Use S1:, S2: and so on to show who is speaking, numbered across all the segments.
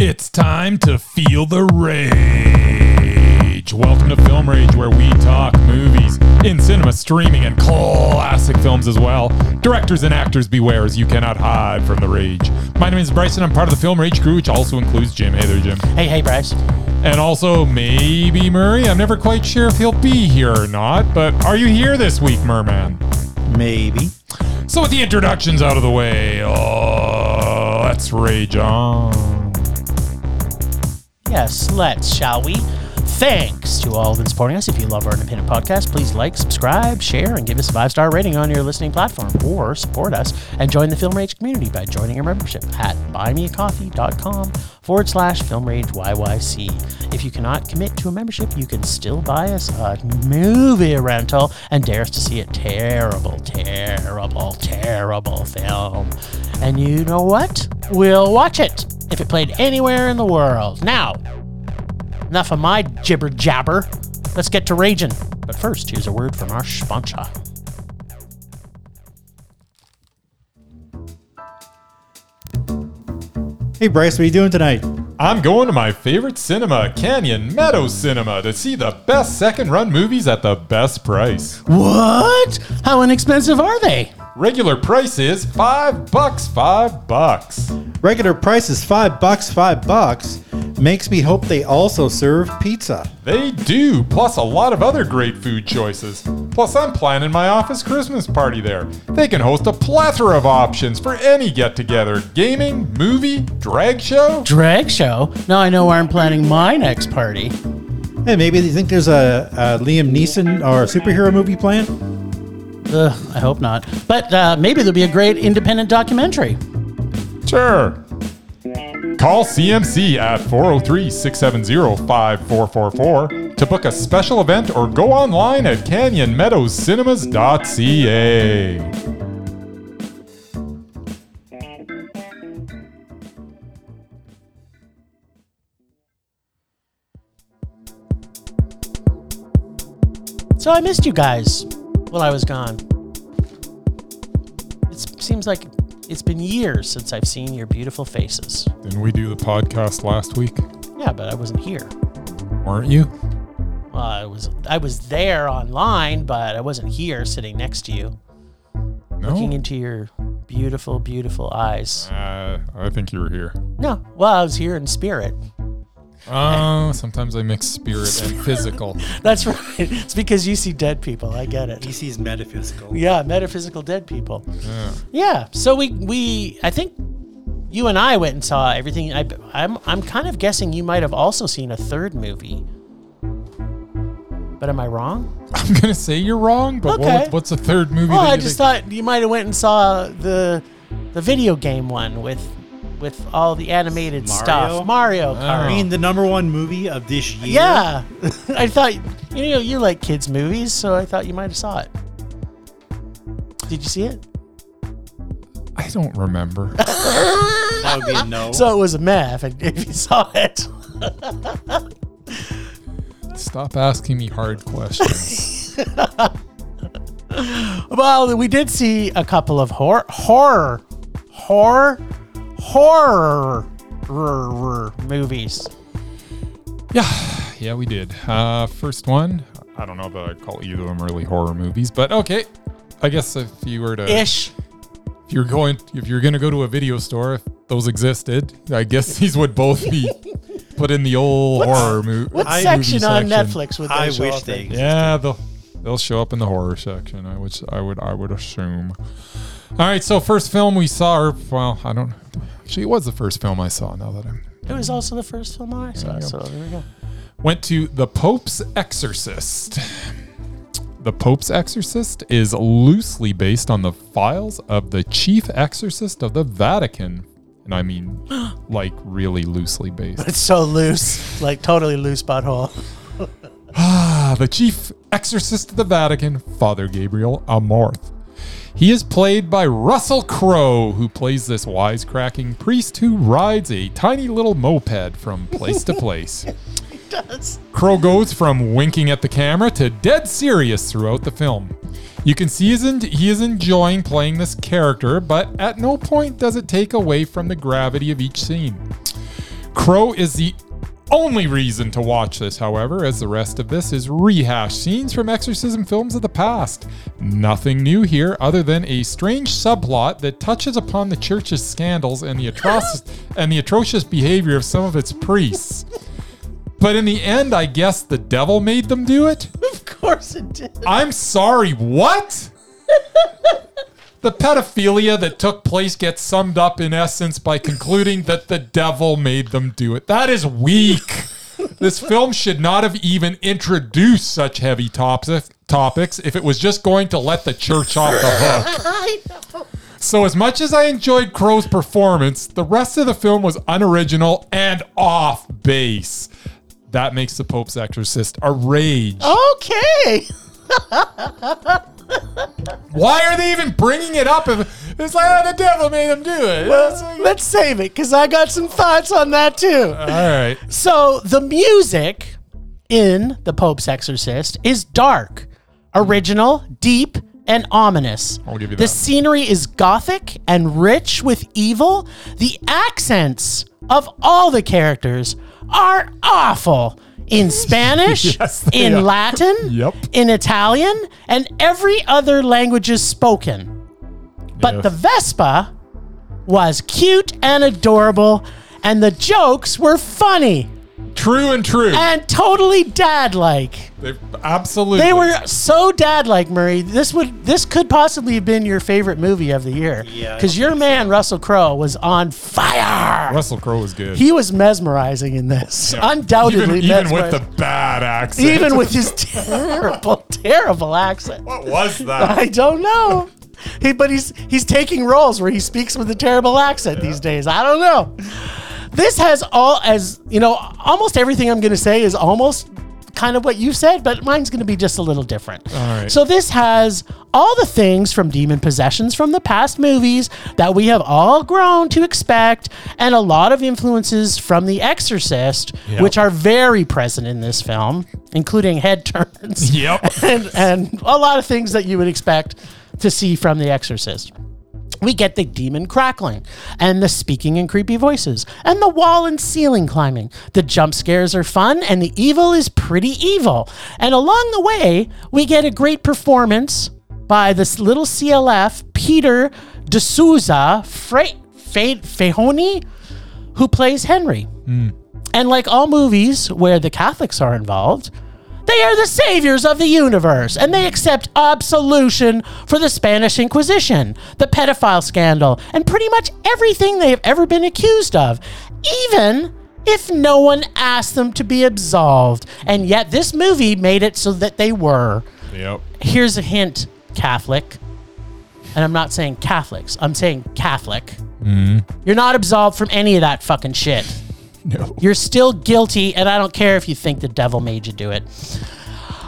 S1: It's time to feel the rage. Welcome to Film Rage, where we talk movies in cinema, streaming, and classic films as well. Directors and actors, beware as you cannot hide from the rage. My name is Bryson. I'm part of the Film Rage crew, which also includes Jim. Hey there, Jim.
S2: Hey, hey, Bryce.
S1: And also, maybe Murray. I'm never quite sure if he'll be here or not, but are you here this week, Merman?
S2: Maybe.
S1: So, with the introductions out of the way, oh, let's rage on.
S2: Yes, let's, shall we? Thanks to all that's supporting us. If you love our independent podcast, please like, subscribe, share, and give us a five star rating on your listening platform. Or support us and join the Film Rage community by joining our membership at buymeacoffee.com forward slash Film Rage YYC. If you cannot commit to a membership, you can still buy us a movie rental and dare us to see a terrible, terrible, terrible film. And you know what? We'll watch it if it played anywhere in the world. Now, Enough of my jibber jabber. Let's get to raging. But first, here's a word from our sponsor.
S3: Hey Bryce, what are you doing tonight?
S1: I'm going to my favorite cinema, Canyon Meadow Cinema, to see the best second run movies at the best price.
S2: What? How inexpensive are they?
S1: Regular price is five bucks, five bucks.
S3: Regular price is five bucks, five bucks. Makes me hope they also serve pizza.
S1: They do, plus a lot of other great food choices. Plus, I'm planning my office Christmas party there. They can host a plethora of options for any get together gaming, movie, drag show.
S2: Drag show? Now I know where I'm planning my next party.
S3: Hey, maybe you think there's a, a Liam Neeson or a superhero movie planned?
S2: Ugh, I hope not. But uh, maybe there'll be a great independent documentary.
S1: Sure. Call CMC at 403 670 5444 to book a special event or go online at canyonmeadowscinemas.ca.
S2: So I missed you guys while I was gone. It seems like it's been years since I've seen your beautiful faces.
S1: Didn't we do the podcast last week?
S2: Yeah, but I wasn't here.
S1: Weren't you?
S2: Well, I was I was there online, but I wasn't here sitting next to you, looking
S1: No.
S2: into your beautiful, beautiful eyes.
S1: Uh, I think you were here.
S2: No, well, I was here in spirit.
S1: Oh, sometimes I mix spirit and physical.
S2: That's right. It's because you see dead people. I get it.
S3: sees metaphysical.
S2: Yeah, metaphysical dead people.
S1: Yeah.
S2: Yeah. So we we I think you and I went and saw everything. I I'm I'm kind of guessing you might have also seen a third movie. But am I wrong?
S1: I'm gonna say you're wrong, but
S2: Okay.
S1: what, what's the third movie?
S2: Well,
S1: that
S2: I
S1: you
S2: just
S1: think-
S2: thought you might have went and saw the the video game one with with all the animated
S3: Mario?
S2: stuff. Mario Kart.
S1: Oh.
S3: the number one movie of this year.
S2: Yeah. I thought you know you like kids movies, so I thought you might have saw it. Did you see it?
S1: I don't remember.
S3: That would be a
S1: Oh.
S3: no.
S2: So it was a meh if, if you saw it.
S1: Stop asking me hard questions.
S2: Well, we did see a couple of hor- horror, horror, horror, horror movies.
S1: yeah, yeah, we did. Uh, first one. I don't know that I call either of them really horror movies, but okay. I guess if you were to,
S2: Ish.
S1: if you're going, if you're gonna go to a video store, if those existed, I guess these would both be put in the old horror mo- movie.
S2: What section on
S1: section.
S2: Netflix would they
S3: I
S2: show
S3: wish
S2: up in?
S3: they
S1: Yeah, they'll they'll show up in the horror section. I would I would I would assume. All right, so first film we saw, or well, I don't. Actually, it was the first film I saw. Now that I'm
S2: It was also the first film I saw, so there we go.
S1: went to The Pope's Exorcist. The Pope's Exorcist is loosely based on the files of the chief exorcist of the Vatican, and I mean, like really loosely based.
S2: It's so loose, like totally loose butthole.
S1: Ah, the chief exorcist of the Vatican, Father Gabriel Amorth. He is played by Russell Crowe, who plays this wisecracking priest who rides a tiny little moped from place to place.
S2: Does.
S1: Crow goes from winking at the camera to dead serious throughout the film. You can see he's en- he is enjoying playing this character, but at no point does it take away from the gravity of each scene. Crow is the only reason to watch this, however, as the rest of this is rehashed scenes from exorcism films of the past. Nothing new here other than a strange subplot that touches upon the church's scandals and the atrocious and the atrocious behavior of some of its priests. But in the end, I guess the devil made them do it?
S2: Of course it did.
S1: I'm sorry, what? the pedophilia that took place gets summed up in essence by concluding that the devil made them do it. That is weak. this film should not have even introduced such heavy tops- topics if it was just going to let the church off the hook.
S2: I know.
S1: So, as much as I enjoyed Crow's performance, the rest of the film was unoriginal and off base. That makes the Pope's Exorcist a rage.
S2: Okay.
S1: Why are they even bringing it up? If it's like oh, the devil made them do it. It's like-
S2: Let's save it because I got some thoughts on that too.
S1: all right.
S2: So the music in The Pope's Exorcist is dark, original, deep, and ominous.
S1: I'll give you
S2: the
S1: that.
S2: scenery is gothic and rich with evil. The accents of all the characters are awful. In Spanish,
S1: Yes, they
S2: in
S1: are.
S2: Latin,
S1: Yep.
S2: in Italian, and every other language is spoken. But
S1: Yes.
S2: the Vespa was cute and adorable, and the jokes were funny
S1: True and true.
S2: and totally dad like.
S1: They- absolutely.
S2: They were so dad like, Murray. This would this could possibly have been your favorite movie of the year.
S3: Yeah, I
S2: Because your man, Russell Crowe, was on fire.
S1: Russell Crowe was good.
S2: he was mesmerizing in this.
S1: even even
S2: Undoubtedly
S1: with
S2: mesmerizing.
S1: the bad accent.
S2: even with his terrible, terrible accent.
S1: what was that?
S2: I don't know. He, but he's he's taking roles where he speaks with a terrible accent these days. I don't know. This has all as you know, almost everything I'm going to say is almost kind of what you said, but mine's going to be just a little different. All
S1: right.
S2: So this has all the things from demon possessions from the past movies that we have all grown to expect, and a lot of influences from The Exorcist,
S1: Yep.
S2: which are very present in this film, including head turns
S1: Yep.
S2: and, and a lot of things that you would expect to see from The Exorcist. We get the demon crackling and the speaking in creepy voices and the wall and ceiling climbing. The jump scares are fun and the evil is pretty evil. And along the way, we get a great performance by this little CLF, Peter D'Souza Fre- Fe- Fehoni, who plays Henry. And like all movies where the Catholics are involved, they are the saviors of the universe, and they accept absolution for the Spanish Inquisition, the pedophile scandal, and pretty much everything they have ever been accused of, even if no one asked them to be absolved. And yet, this movie made it so that they were.
S1: Yep.
S2: Here's a hint, Catholic. And I'm not saying Catholics, I'm saying Catholic. You're not absolved from any of that fucking shit.
S1: No.
S2: You're still guilty, and I don't care if you think the devil made you do it.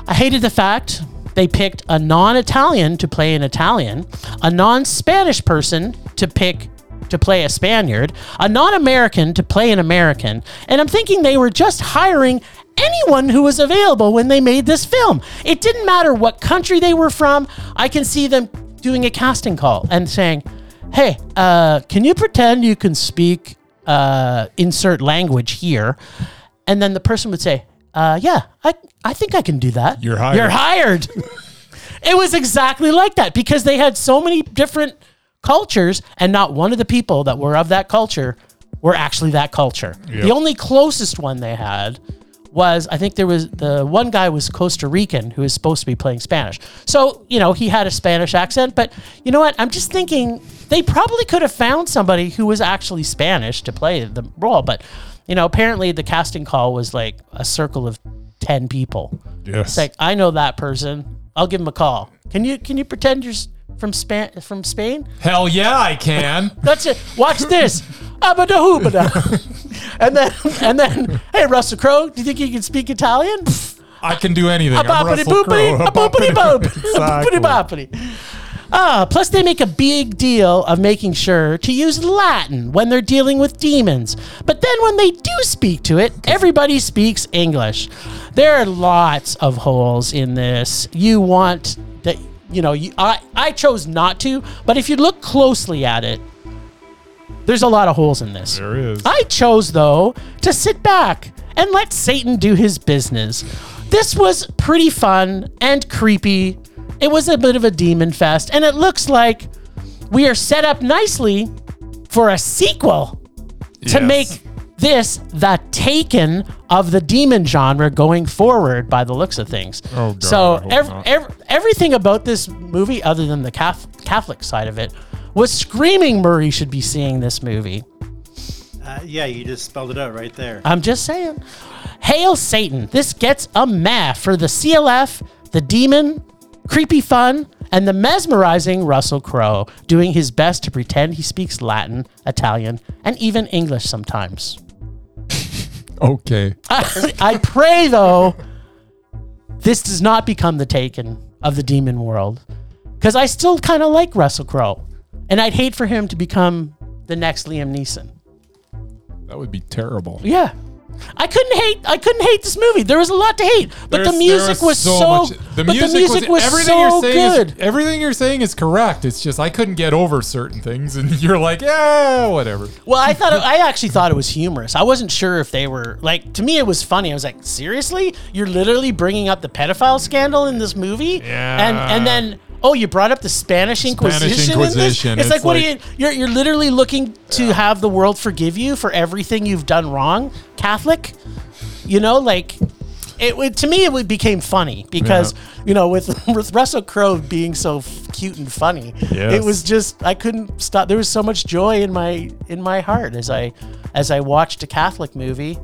S2: I hated the fact they picked a non Italian to play an Italian, a non Spanish person to pick to play a Spaniard, a non American to play an American, and I'm thinking they were just hiring anyone who was available when they made this film. It didn't matter what country they were from, I can see them doing a casting call and saying, Hey, uh, can you pretend you can speak uh, insert language here? And then the person would say, uh, yeah, I, I think I can do that.
S1: You're hired.
S2: You're hired. it was exactly like that because they had so many different cultures, and not one of the people that were of that culture were actually that culture. The only closest one they had was I think there was the one guy was Costa Rican who was supposed to be playing Spanish. So, you know, he had a Spanish accent, but you know what? I'm just thinking they probably could have found somebody who was actually Spanish to play the role, but you know, apparently the casting call was like a circle of 10 people.
S1: Yes.
S2: It's like I know that person. I'll give him a call. Can you can you pretend you're s- from Span from Spain?
S1: Hell yeah, I can.
S2: That's it. Watch this. Abada hoobada. and then and then hey Russell Crowe, do you think you can speak Italian?
S1: I can do anything. I'm
S2: Boppity
S1: Russell
S2: boopity,
S1: Crowe.
S2: a boopity boop,
S1: Exactly.
S2: boopity boppity. Ah, plus they make a big deal of making sure to use Latin when they're dealing with demons. But then when they do speak to it, everybody speaks English. There are lots of holes in this. You want that, you know, you, I, I chose not to, but if you look closely at it, There's a lot of holes in this.
S1: There is.
S2: I chose, though, to sit back and let Satan do his business. This was pretty fun and creepy. It was a bit of a demon fest, and it looks like we are set up nicely for a sequel to
S1: Yes.
S2: make this the taken of the demon genre going forward by the looks of things.
S1: Oh, God, I
S2: so
S1: hope
S2: ev-
S1: not.
S2: ev- everything about this movie, other than the Cath- Catholic side of it, was screaming Murray should be seeing this movie.
S3: Uh, yeah, you just spelled it out right there.
S2: I'm just saying. Hail Satan. This gets a math for the CLF, the demon, creepy fun, and the mesmerizing Russell Crowe doing his best to pretend he speaks Latin, Italian, and even English sometimes.
S1: Okay.
S2: I, I pray, though, this does not become the taken of the demon world because I still kind of like Russell Crowe, and I'd hate for him to become the next Liam Neeson.
S1: That would be terrible.
S2: Yeah. I couldn't hate. I couldn't hate this movie. There was a lot to hate, but
S1: There's-
S2: the
S1: there
S2: music was so.
S1: much-
S2: but the music was,
S1: everything
S2: so
S1: you're saying
S2: good.
S1: Is, everything you're saying is correct. It's just I couldn't get over certain things, and you're like, yeah, whatever.
S2: well, I thought. It, I actually thought it was humorous. I wasn't sure if they were like. To me, it was funny. I was like, seriously, you're literally bringing up the pedophile scandal in this movie,
S1: Yeah.
S2: and and then. Oh, you brought up the Spanish Inquisition.
S1: Inquisition.
S2: In this? It's,
S1: It's
S2: like, what are you?
S1: like-
S2: You're, you're literally looking to have the world forgive you for everything you've done wrong, Catholic. You know, like it, would to me it would became funny because you know with with Russell Crowe being so f- cute and funny, it
S1: Yes.
S2: was just I couldn't stop. There was so much joy in my in my heart as I as I watched a Catholic movie,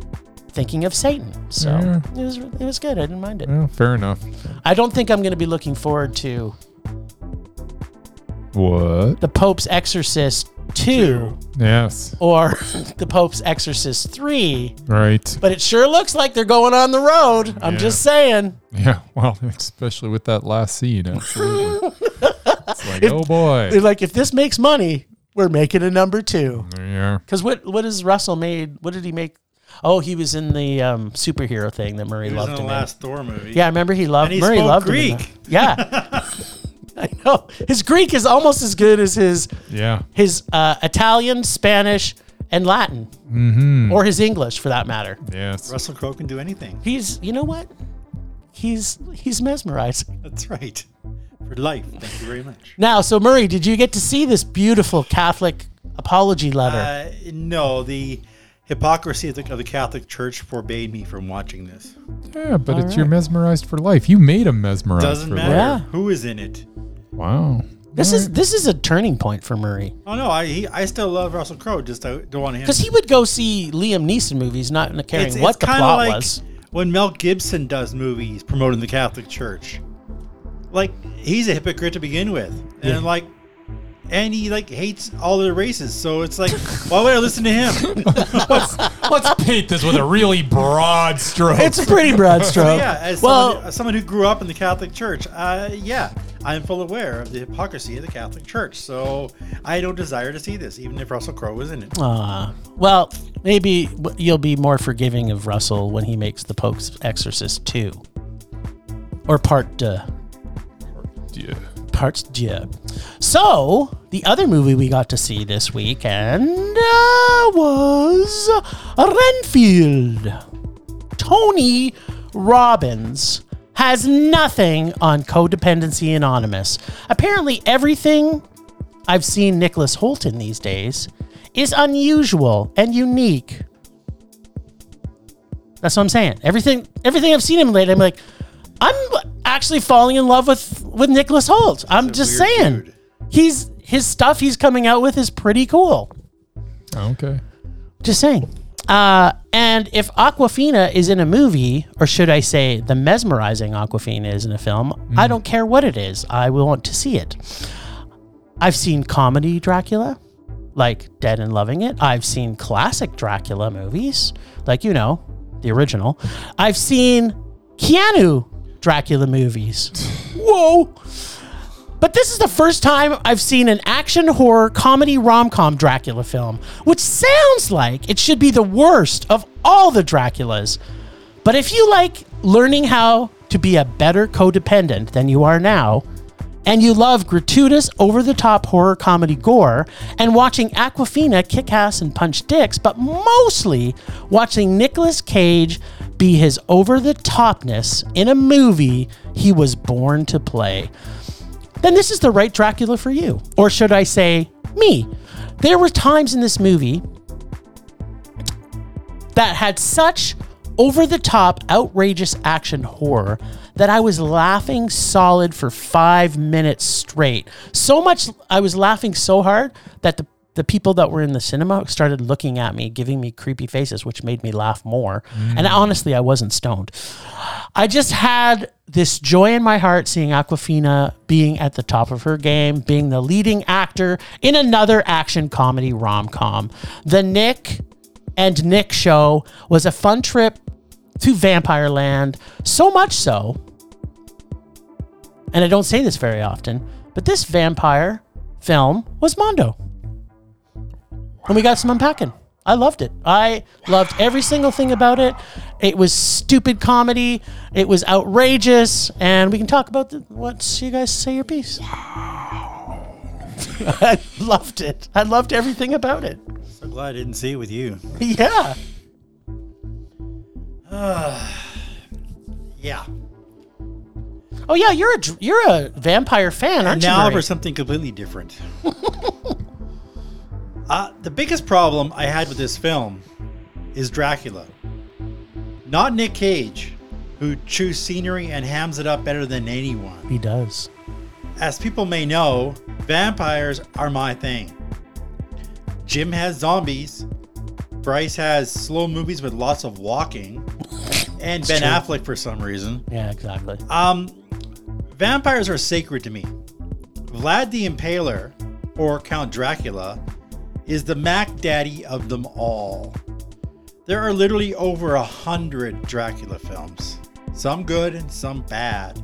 S2: thinking of Satan. So
S1: Yeah.
S2: it was it was good. I didn't mind it.
S1: Well, fair enough.
S2: I don't think I'm going to be looking forward to
S1: What?
S2: the Pope's Exorcist two
S1: Yes.
S2: or the Pope's Exorcist three,
S1: Right.
S2: but it sure looks like they're going on the road. I'm
S1: Yeah.
S2: just saying.
S1: Yeah. Well, especially with that last scene. Absolutely. it's like, oh boy.
S2: They're like, if this makes money, we're making a number two.
S1: Yeah.
S2: Because what what is Russell made? What did he make? Oh, he was in the um, superhero thing that Murray
S3: He was
S2: loved
S3: in the
S2: him. in.
S3: last Thor movie.
S2: Yeah, I remember he loved
S3: And he
S2: Murray
S3: spoke
S2: loved him in
S3: Greek.
S2: that. Yeah, I know his Greek is almost as good as his
S1: Yeah.
S2: his uh, Italian, Spanish, and Latin, mm-hmm. or his English for that matter.
S1: Yes.
S3: Russell Crowe can do anything.
S2: He's you know what? He's he's mesmerizing.
S3: That's right. For life. Thank you very much.
S2: Now, so Murray, did you get to see this beautiful Catholic apology letter?
S3: Uh, no, the hypocrisy of the, of the Catholic Church forbade me from watching this.
S1: Yeah, but it's you're mesmerized for life. You made him mesmerized
S3: Doesn't
S1: for
S3: matter
S1: life.
S2: Yeah.
S3: who is in it.
S1: Wow.
S2: This is this is a turning point for Murray
S3: Oh no, I he, I still love Russell Crowe. Just I don't want him.
S2: because he would go see Liam Neeson movies, not caring what the
S3: kinda
S2: plot was.
S3: When Mel Gibson does movies promoting the Catholic Church, like he's a hypocrite to begin with, and like, and he like hates all the races. So it's like, why would I listen to him?
S1: Let's paint this with a really broad stroke.
S2: It's a pretty broad stroke.
S3: yeah, as someone,
S2: well,
S3: as someone who grew up in the Catholic Church, uh, yeah, I am full aware of the hypocrisy of the Catholic Church. So I don't desire to see this, even if Russell Crowe was in it.
S2: uh, well, maybe w- you'll be more forgiving of Russell when he makes the Pope's Exorcist two, or part uh,
S1: yeah.
S2: parts deux. So the other movie we got to see this weekend uh, was Renfield. Tony Robbins has nothing on Codependency Anonymous. Apparently, everything I've seen Nicholas Holt in these days is unusual and unique. That's what I'm saying. Everything, everything I've seen him lately, I'm like, I'm actually falling in love with with Nicholas Holt. I'm
S3: He's a
S2: just
S3: weird
S2: saying,
S3: dude.
S2: he's his stuff he's coming out with is pretty cool.
S1: Oh, Okay.
S2: Just saying. Uh, and if Aquafina is in a movie, or should I say, the mesmerizing Aquafina is in a film, I don't care what it is. I will want to see it. I've seen comedy Dracula, like Dead and Loving It. I've seen classic Dracula movies, like, you know, the original. I've seen Keanu Dracula movies. Whoa! But this is the first time I've seen an action horror comedy rom com Dracula film, which sounds like it should be the worst of all the Draculas. But if you like learning how to be a better codependent than you are now, and you love gratuitous, over the top horror comedy gore and watching Aquafina kick ass and punch dicks, but mostly watching Nicolas Cage be his over the topness in a movie he was born to play then this is the right Dracula for you. Or should I say, me. There were times in this movie that had such over the top, outrageous action horror that I was laughing solid for five minutes straight. So much, I was laughing so hard that the the people that were in the cinema started looking at me, giving me creepy faces, which made me laugh more. And honestly, I wasn't stoned. I just had this joy in my heart seeing Aquafina being at the top of her game, being the leading actor in another action comedy rom com. The Nick and Nick show was a fun trip to Vampire Land, so much so, and I don't say this very often, but this vampire film was Mondo. And we got some unpacking. I loved it. I loved every single thing about it. It was stupid comedy. It was outrageous. And we can talk about the, once you guys say your piece. I loved it. I loved everything about it.
S3: So glad I didn't see it with you.
S2: Yeah.
S3: Yeah.
S2: Oh yeah, you're a dr- you're a vampire fan, aren't
S3: now
S2: you? Murray?
S3: for something completely different. uh, the biggest problem I had with this film is Dracula. Not Nick Cage, who chews scenery and hams it up better than anyone.
S2: He does.
S3: As people may know, vampires are my thing. Jim has zombies. Bryce has slow movies with lots of walking. And Ben
S2: true.
S3: Affleck for some reason.
S2: Yeah, exactly.
S3: Um, vampires are sacred to me. Vlad the Impaler, or Count Dracula, is the Mac Daddy of them all. There are literally over a hundred Dracula films, some good and some bad.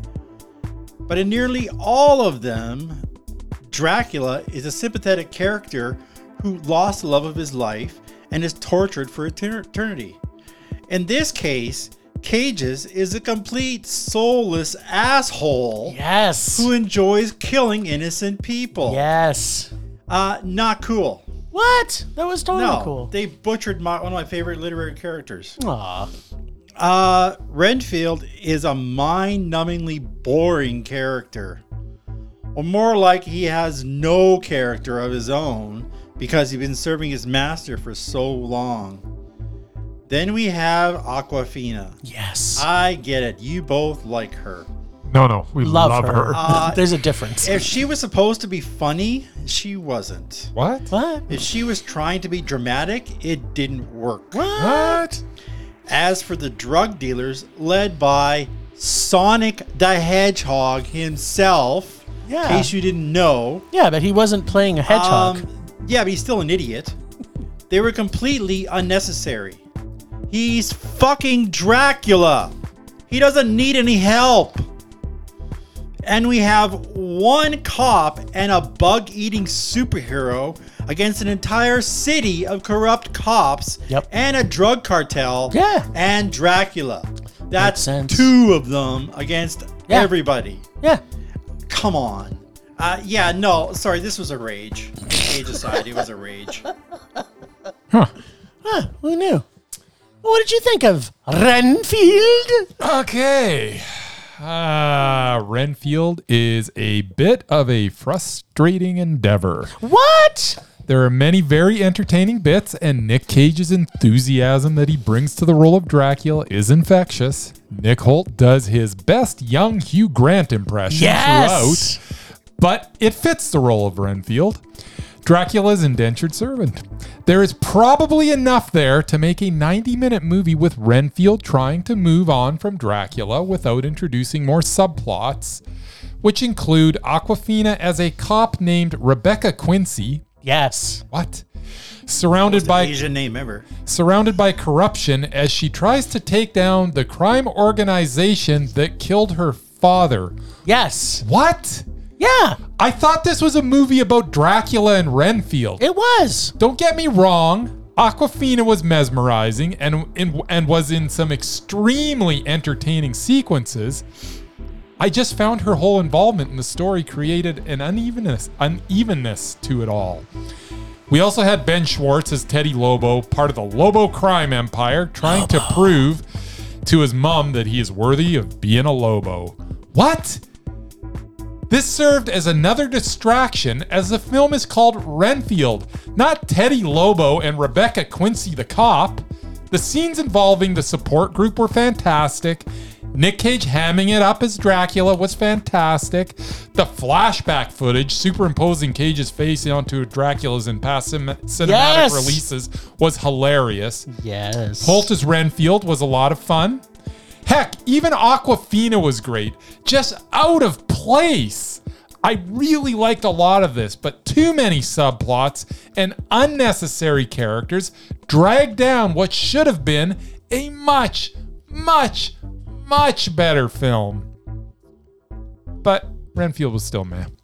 S3: But in nearly all of them, Dracula is a sympathetic character who lost the love of his life and is tortured for eter- eternity. In this case, Cages is a complete soulless asshole
S2: Yes.
S3: who enjoys killing innocent people.
S2: Yes.
S3: Uh, not cool.
S2: What? That was totally
S3: No,
S2: cool.
S3: they butchered my, one of my favorite literary characters.
S2: Aw.
S3: Uh, Renfield is a mind-numbingly boring character, or more like he has no character of his own because he's been serving his master for so long. Then we have Aquafina.
S2: Yes.
S3: I get it. You both like her.
S1: No, no, we love, her.
S3: Uh,
S2: There's a difference.
S3: If she was supposed to be funny, she wasn't.
S1: what?
S2: what?
S3: If she was trying to be dramatic, it didn't work.
S1: What?
S3: As for the drug dealers, led by Sonic the Hedgehog himself,
S2: Yeah.
S3: in case you didn't know,
S2: Yeah, but he wasn't playing a hedgehog.
S3: um, yeah, but he's still an idiot. They were completely unnecessary. He's fucking Dracula. He doesn't need any help. And we have one cop and a bug eating superhero against an entire city of corrupt cops
S2: Yep.
S3: and a drug cartel
S2: Yeah.
S3: and Dracula. That's
S2: sense.
S3: two of them against
S2: Yeah.
S3: everybody
S2: yeah.
S3: come on. Uh, yeah, no, sorry, this was a rage. Age aside, it was a rage.
S1: Huh.
S2: Huh, who knew? What did you think of Renfield?
S1: Okay. Uh, Renfield is a bit of a frustrating endeavor.
S2: What?
S1: There are many very entertaining bits, and Nick Cage's enthusiasm that he brings to the role of Dracula is infectious. Nick Holt does his best young Hugh Grant impression throughout
S2: Yes.
S1: but it fits the role of Renfield. Dracula's indentured servant. There is probably enough there to make a 90 minute movie with Renfield trying to move on from Dracula without introducing more subplots, which include Aquafina as a cop named Rebecca Quincy.
S2: Yes.
S1: What? Surrounded by
S3: Asian name ever.
S1: surrounded by corruption as she tries to take down the crime organization that killed her father.
S2: Yes.
S1: What?
S2: Yeah.
S1: I thought this was a movie about Dracula and Renfield.
S2: It was.
S1: Don't get me wrong. Aquafina was mesmerizing and, and and was in some extremely entertaining sequences, I just found her whole involvement in the story created an unevenness, unevenness to it all. We also had Ben Schwartz as Teddy Lobo, part of the Lobo crime empire, trying to prove to his mom that he is worthy of being a Lobo. What? This served as another distraction as the film is called Renfield, not Teddy Lobo and Rebecca Quincy the cop. The scenes involving the support group were fantastic. Nick Cage hamming it up as Dracula was fantastic. The flashback footage superimposing Cage's face onto Dracula's in past cin- cinematic
S2: Yes!
S1: releases was hilarious.
S2: Yes.
S1: Holt as Renfield was a lot of fun. Heck, even Aquafina was great. Just out of place. I really liked a lot of this, but too many subplots and unnecessary characters dragged down what should have been a much, much, much better film. But Renfield was still man.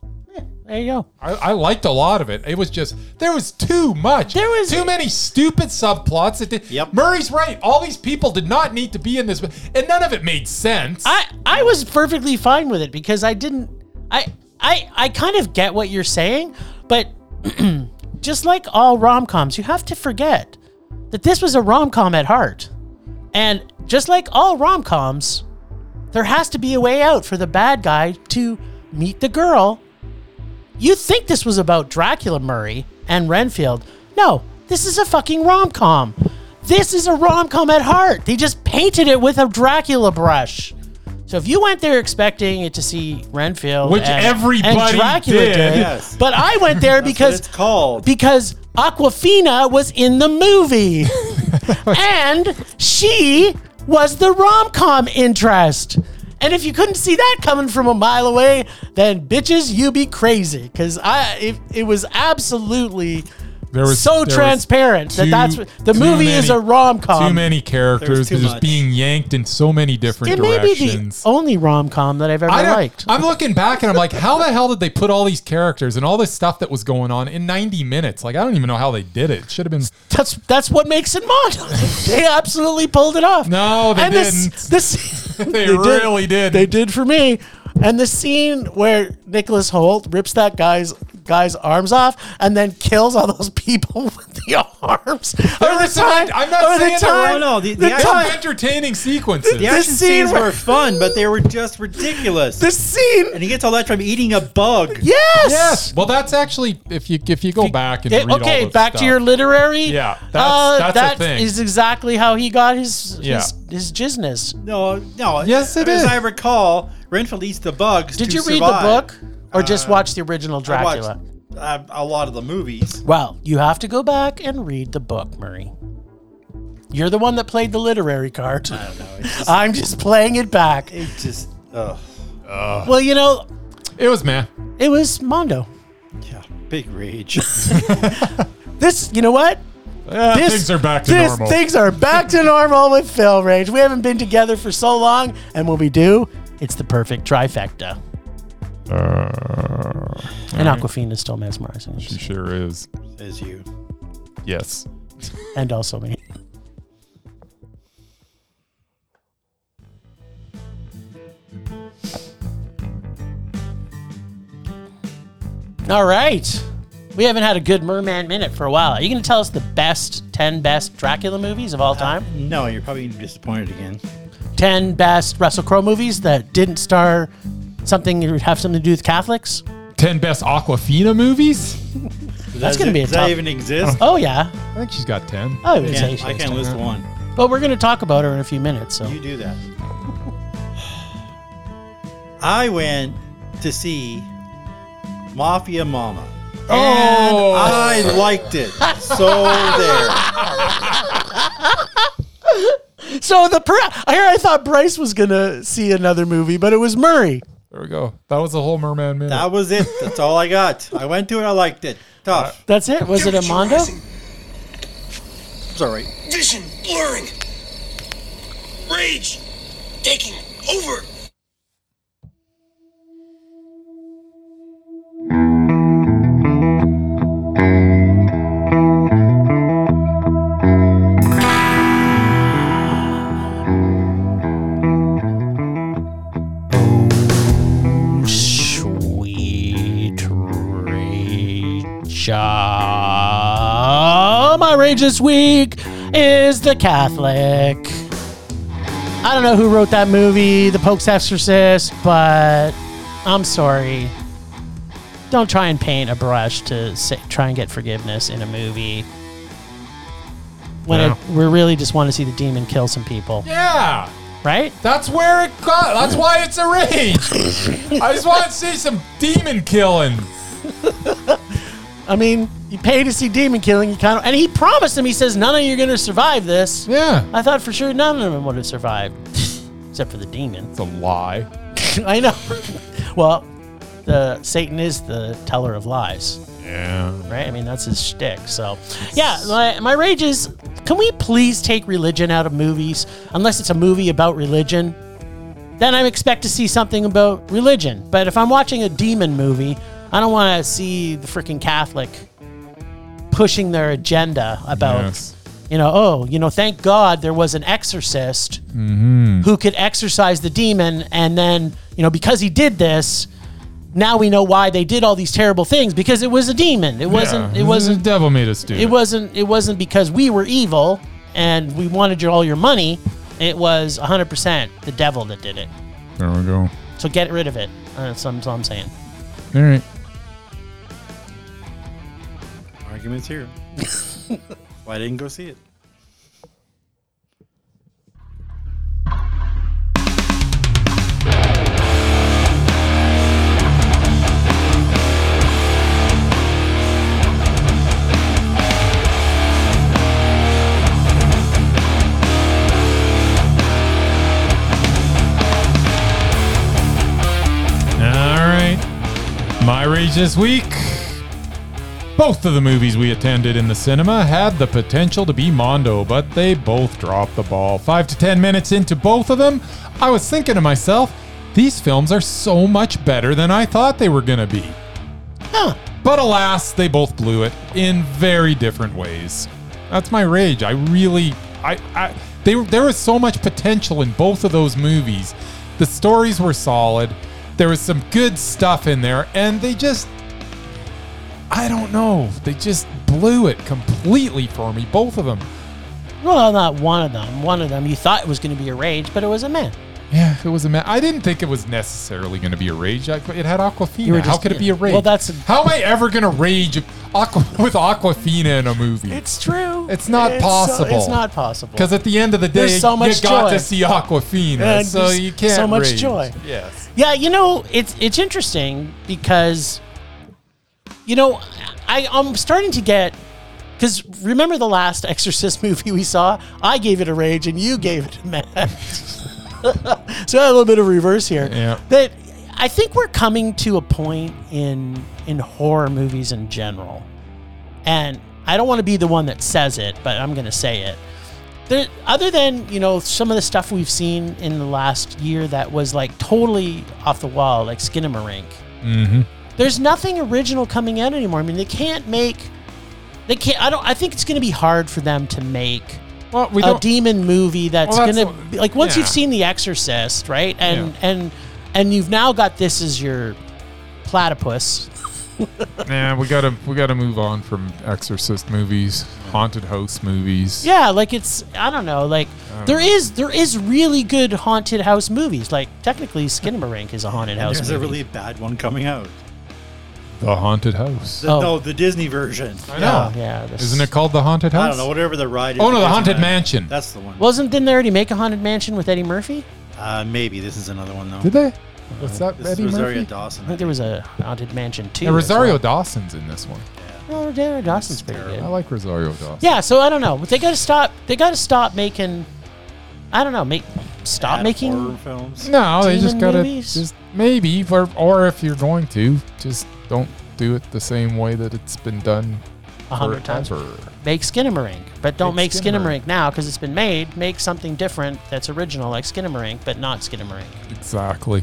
S2: There you go.
S1: I, I liked a lot of it. It was just there was too much.
S2: There was-
S1: too many stupid subplots. It did,
S3: Yep.
S1: Murray's right. All these people did not need to be in this, and none of it made sense.
S2: I I was perfectly fine with it because I didn't I I I kind of get what you're saying, but just like all rom-coms, you have to forget that this was a rom-com at heart. And just like all rom-coms, there has to be a way out for the bad guy to meet the girl. You think this was about Dracula Murray and Renfield. No, this is a fucking rom-com. This is a rom-com at heart. They just painted it with a Dracula brush. So if you went there expecting it to see Renfield,
S1: Which
S2: and, and
S1: everybody
S2: Dracula
S1: did.
S2: did,
S3: Yes.
S2: but I went there
S3: Because
S2: because
S3: it's called.
S2: because Aquafina was in the movie. and she was the rom com interest. And if you couldn't see that coming from a mile away, then bitches, you be crazy. Cause I it, it was absolutely
S1: there was
S2: so
S1: there was
S2: transparent that
S1: too-
S2: that's what the
S1: too
S2: movie is a
S1: many-
S2: rom com.
S1: Too many characters
S3: too
S1: just
S3: much.
S1: being yanked in so many different
S2: It may be the
S1: directions.
S2: only rom com that I've ever
S1: I don't-
S2: liked.
S1: I'm looking back and I'm like, how the hell did they put all these characters and all this stuff that was going on in 90 minutes? Like, I don't even know how they did it. Should have been
S2: That's that's what makes it modern. they absolutely pulled it off.
S1: No, they
S2: and This,
S1: didn't.
S2: this,
S1: They really did.
S2: They did for me. And the scene where Nicholas Holt rips that guy's guy's arms off and then kills all those people with the arms.
S1: There
S2: Or
S1: were
S2: the
S1: some-
S2: time-
S1: I'm not
S2: or the
S1: saying there
S2: time-
S1: weren't.
S3: No, no,
S2: the
S3: the- the
S1: They were
S2: time-
S1: entertaining sequences.
S3: the action
S2: scene
S3: scenes
S2: where-
S3: were fun, but they were just ridiculous.
S2: the scene.
S3: and he gets all that from eating a bug.
S2: Yes.
S1: Yes. Well, that's actually if you if you go back and
S2: It-
S1: read
S2: okay,
S1: all the
S2: back
S1: stuff,
S2: to your literary.
S1: Yeah, that's-
S2: uh,
S1: that's a
S2: that
S1: thing.
S2: is exactly how he got his
S1: Yeah.
S2: his, his jizzness.
S3: No, no.
S1: Yes, it
S3: I mean,
S1: is.
S3: As I recall, Renfield eats the bugs.
S2: Did
S3: to
S2: you read
S3: survive.
S2: the book or just watch the original
S3: I watched
S2: Dracula?
S3: uh, a lot of the movies.
S2: Well, you have to go back and read the book, Murray. You're the one that played the literary card.
S3: I don't know. It's just,
S2: I'm just playing it back.
S3: it just ugh.
S2: Well, you know,
S1: It was man.
S2: it was Mondo.
S3: yeah, big rage.
S2: This, you know what?
S1: Yeah,
S2: This,
S1: things are back to
S2: this-
S1: normal.
S2: Things are back to normal with Phil Rage. We haven't been together for so long, and when we do, it's the perfect trifecta. and Aquafina is still mesmerizing, us.
S1: sure is.
S3: As you.
S1: Yes.
S2: and also me. All right. We haven't had a good Merman minute for a while. Are you going to tell us the best 10 best Dracula movies of all time?
S3: No, you're probably gonna be disappointed again.
S2: 10 best Russell Crowe movies that didn't star something that would have something to do with Catholics?
S1: Ten best Aquafina movies.
S3: That's
S2: gonna be a
S3: Does
S2: tough-
S3: that even exist?
S2: Oh, yeah. Oh,
S1: I think she's got ten.
S2: I would
S3: I
S2: say
S3: can't,
S2: she
S3: I
S2: has
S3: can't
S2: to.
S3: list one.
S2: But we're going to talk about her in a few minutes. So
S3: You do that. I went to see Mafia Mama. And
S1: Oh.
S3: I liked it. So there.
S2: So the per- here I thought Bryce was gonna see another movie, but it was Murray.
S1: There we go. That was the whole Merman minute.
S3: That was it. That's all I got. I went to it. I liked it. Tough.
S2: That's it. Was it
S4: Temperature
S2: Amanda?
S4: rising.
S3: It's all right.
S4: Vision blurring. Rage taking over.
S2: my rage this week is the Catholic. I don't know who wrote that movie, The Pope's Exorcist, but I'm sorry. Don't try and paint a brush to say, try and get forgiveness in a movie. When
S1: Yeah.
S2: it, we really just want to see the demon kill some people,
S1: Yeah.
S2: right?
S1: That's where it got. That's why it's a rage. I just want to see some demon killing.
S2: I mean, you pay to see demon killing. You kind of, and he promised him. He says none of you are going to survive this.
S1: Yeah.
S2: I thought for sure none of them would have survived, except for the demon.
S1: It's a lie.
S2: I know. well, the Satan is the teller of lies,
S1: Yeah.
S2: right? I mean, that's his shtick. So, yeah, my, my rage is: can we please take religion out of movies? Unless it's a movie about religion, then I expect to see something about religion. But if I'm watching a demon movie, I don't want to see the freaking Catholic pushing their agenda about
S1: Yes.
S2: you know, oh, you know, thank God there was an exorcist
S1: Mm-hmm.
S2: who could exorcise the demon. And then, you know, because he did this, now we know why they did all these terrible things because it was a demon. It wasn't,
S1: Yeah. Mm-hmm.
S2: it wasn't,
S1: The devil made us do it.
S2: it wasn't, it wasn't because we were evil and we wanted your, all your money. It was 100% the devil that did it.
S1: There we go.
S2: So get rid of it. Uh, That's what I'm- that's what I'm saying.
S1: All right.
S3: Arguments here. Why I didn't go see it?
S1: All right. My rage this week. Both of the movies we attended in the cinema had the potential to be Mondo, but they both dropped the ball. Five to ten minutes into both of them, I was thinking to myself, these films are so much better than I thought they were going to be. But alas, they both blew it in very different ways. That's my rage. I really, I, I they, were- there was so much potential in both of those movies. The stories were solid. There was some good stuff in there, and they just, I don't know, they just blew it completely for me. Both of them.
S2: Well, not one of them. One of them you thought it was going to be a rage, but it was a man.
S1: Yeah, it was a ma- I didn't think it was necessarily going to be a rage. I, it had Aquafina.
S2: You were
S1: How
S2: just-
S1: could it be a rage?
S2: Well, that's-
S1: how am I ever going to rage if Aqua, with Aquafina in a movie?
S2: It's true.
S1: It's not
S2: so-
S1: possible.
S2: it's not possible.
S1: Because at the end of the day,
S2: There's so much
S1: you got
S2: joy.
S1: to see Aquafina,
S2: And
S1: so
S2: there's
S1: you can't.
S2: so much
S1: rage.
S2: joy.
S1: Yes.
S2: Yeah, you know, it's it's interesting because you know, I I'm starting to get because remember the last Exorcist movie we saw? I gave it a rage and you gave it a mad. so I have a little bit of reverse here.
S1: Yeah.
S2: That I think we're coming to a point in in horror movies in general, and I don't want to be the one that says it, but I'm going to say it. There, other than you know some of the stuff we've seen in the last year that was like totally off the wall, like Skinamarink. Mm-hmm. There's nothing original coming out anymore. I mean, they can't make. They can't. I don't. I think it's going to be hard for them to make
S1: Well, we
S2: a
S1: don't.
S2: demon movie that's,
S1: Well, that's
S2: gonna
S1: what-
S2: be, like once
S1: yeah.
S2: you've seen The Exorcist, right? And and and you've now got this as your platypus.
S1: nah, we gotta we gotta move on from Exorcist movies, haunted house movies.
S2: Yeah, like it's I don't know, like there is there is really good haunted house movies. Like technically Skinamarink is a haunted house
S3: There's a
S2: movie.
S3: really bad one coming out.
S1: The haunted house.
S3: The,
S2: Oh.
S3: No, the Disney version.
S1: I
S2: yeah,
S1: know.
S2: yeah. this-
S1: Isn't it called the haunted house?
S3: I don't know, whatever the ride is.
S1: Oh no, the
S3: Disneyland.
S1: haunted mansion.
S3: That's the one.
S2: wasn't didn't they already make a haunted mansion with Eddie Murphy?
S3: Uh, maybe this is another one though.
S1: Did they? What's that?
S3: This
S1: Eddie
S3: is Rosario
S1: Murphy.
S2: I think
S3: Dawson.
S2: there was a haunted mansion too.
S1: Yeah, Rosario Dawson's in this one.
S2: Oh, Rosario Dawson's pretty good.
S1: I like Rosario Dawson.
S2: Yeah, so I don't know. They gotta stop. They gotta stop making. I don't know. Make stop
S3: Bad
S2: making.
S3: horror films.
S1: No, they just
S2: Demon
S1: gotta
S2: movies?
S1: just maybe, or, or if you're going to, just don't do it the same way that it's been done
S2: A hundred times.
S1: forever.
S2: Make Skinamarink, but don't
S1: Make
S2: make
S1: Skinamarink.
S2: Skinamarink now because it's been made. Make something different that's original, like Skinamarink, but not Skinamarink.
S1: Exactly.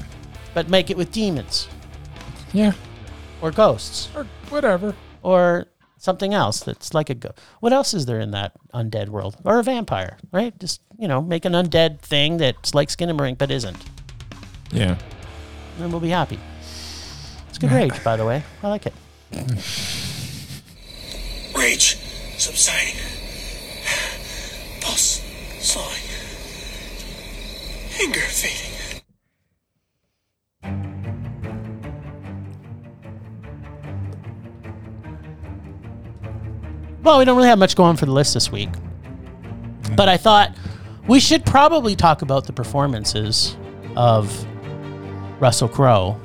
S2: But make it with demons
S1: Yeah.
S2: or ghosts
S1: Or whatever.
S2: or something else that's like a. Go- what else is there in that undead world or a vampire? Right? Just you know, make an undead thing that's like Skinamarink but isn't,
S1: Yeah.
S2: and we'll be happy. It's good rage, by the way. I like it.
S4: Rage subsiding. sawing, and graffiting.
S2: Well, we don't really have much going for the list this week. But I thought we should probably talk about the performances of Russell Crowe,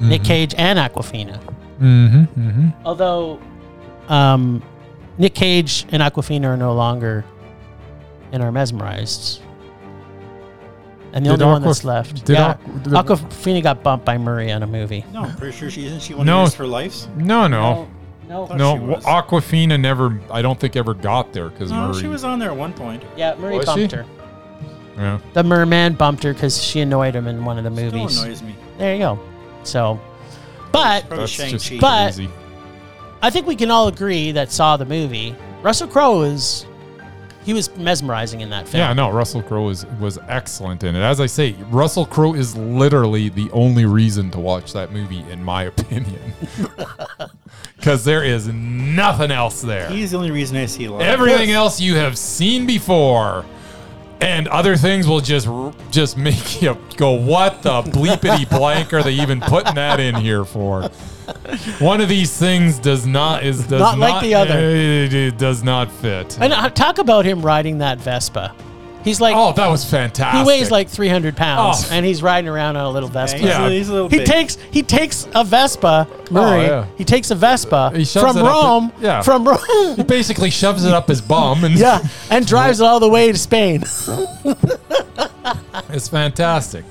S2: Nick Cage, and Aquafina.
S1: Mm-hmm. Mm-hmm.
S2: Although um, Nick Cage and Aquafina are no longer in our mesmerized. And the
S1: Did
S2: only one
S1: Aquaf-
S2: that's left.
S1: did
S2: yeah.
S1: Aqu- did-
S2: Aquafina got bumped by Murray on a movie.
S3: No, I'm pretty sure she isn't. She one
S1: No.
S3: of his for lives.
S1: No, no,
S2: No.
S3: Thought
S1: no.
S3: she was.
S1: Aquafina never. I don't think ever got there because
S3: No,
S1: Murray.
S3: she was on there at one point.
S2: Yeah, Murray
S1: Was
S2: bumped
S1: she?
S2: her.
S1: yeah.
S2: The merman bumped her because she annoyed him in one of the movies.
S3: Still annoys me.
S2: There you go. So, but
S3: Probably
S1: That's
S3: Shang
S1: just
S3: Chi.
S2: But-
S1: crazy.
S2: I think we can all agree that saw the movie. Russell Crowe is he was mesmerizing in that film.
S1: Yeah, no, Russell Crowe was was excellent in it. As I say, Russell Crowe is literally the only reason to watch that movie, in my opinion, because there is nothing else there.
S3: He's the only reason I see live.
S1: Everything else you have seen before, and other things will just r- just make you go, "What the bleepity blank are they even putting that in here for?" One of these things does not is does
S2: Not like the other.
S1: It, it does not fit.
S2: And uh, talk about him riding that Vespa. He's like
S1: Oh, that was fantastic.
S2: he weighs like 300 pounds
S1: Oh.
S2: and he's riding around on a little Vespa.
S3: He's,
S1: Yeah. Oh,
S3: a, he's a little
S2: He
S3: big.
S2: takes he takes a Vespa, Murray.
S1: yeah.
S2: He takes a Vespa
S1: He shoves
S2: from
S1: it up the-
S2: Rome,
S1: yeah.
S2: from Rome,
S1: basically shoves it up his bum and
S2: yeah, and drives it all the way to Spain.
S1: it's fantastic.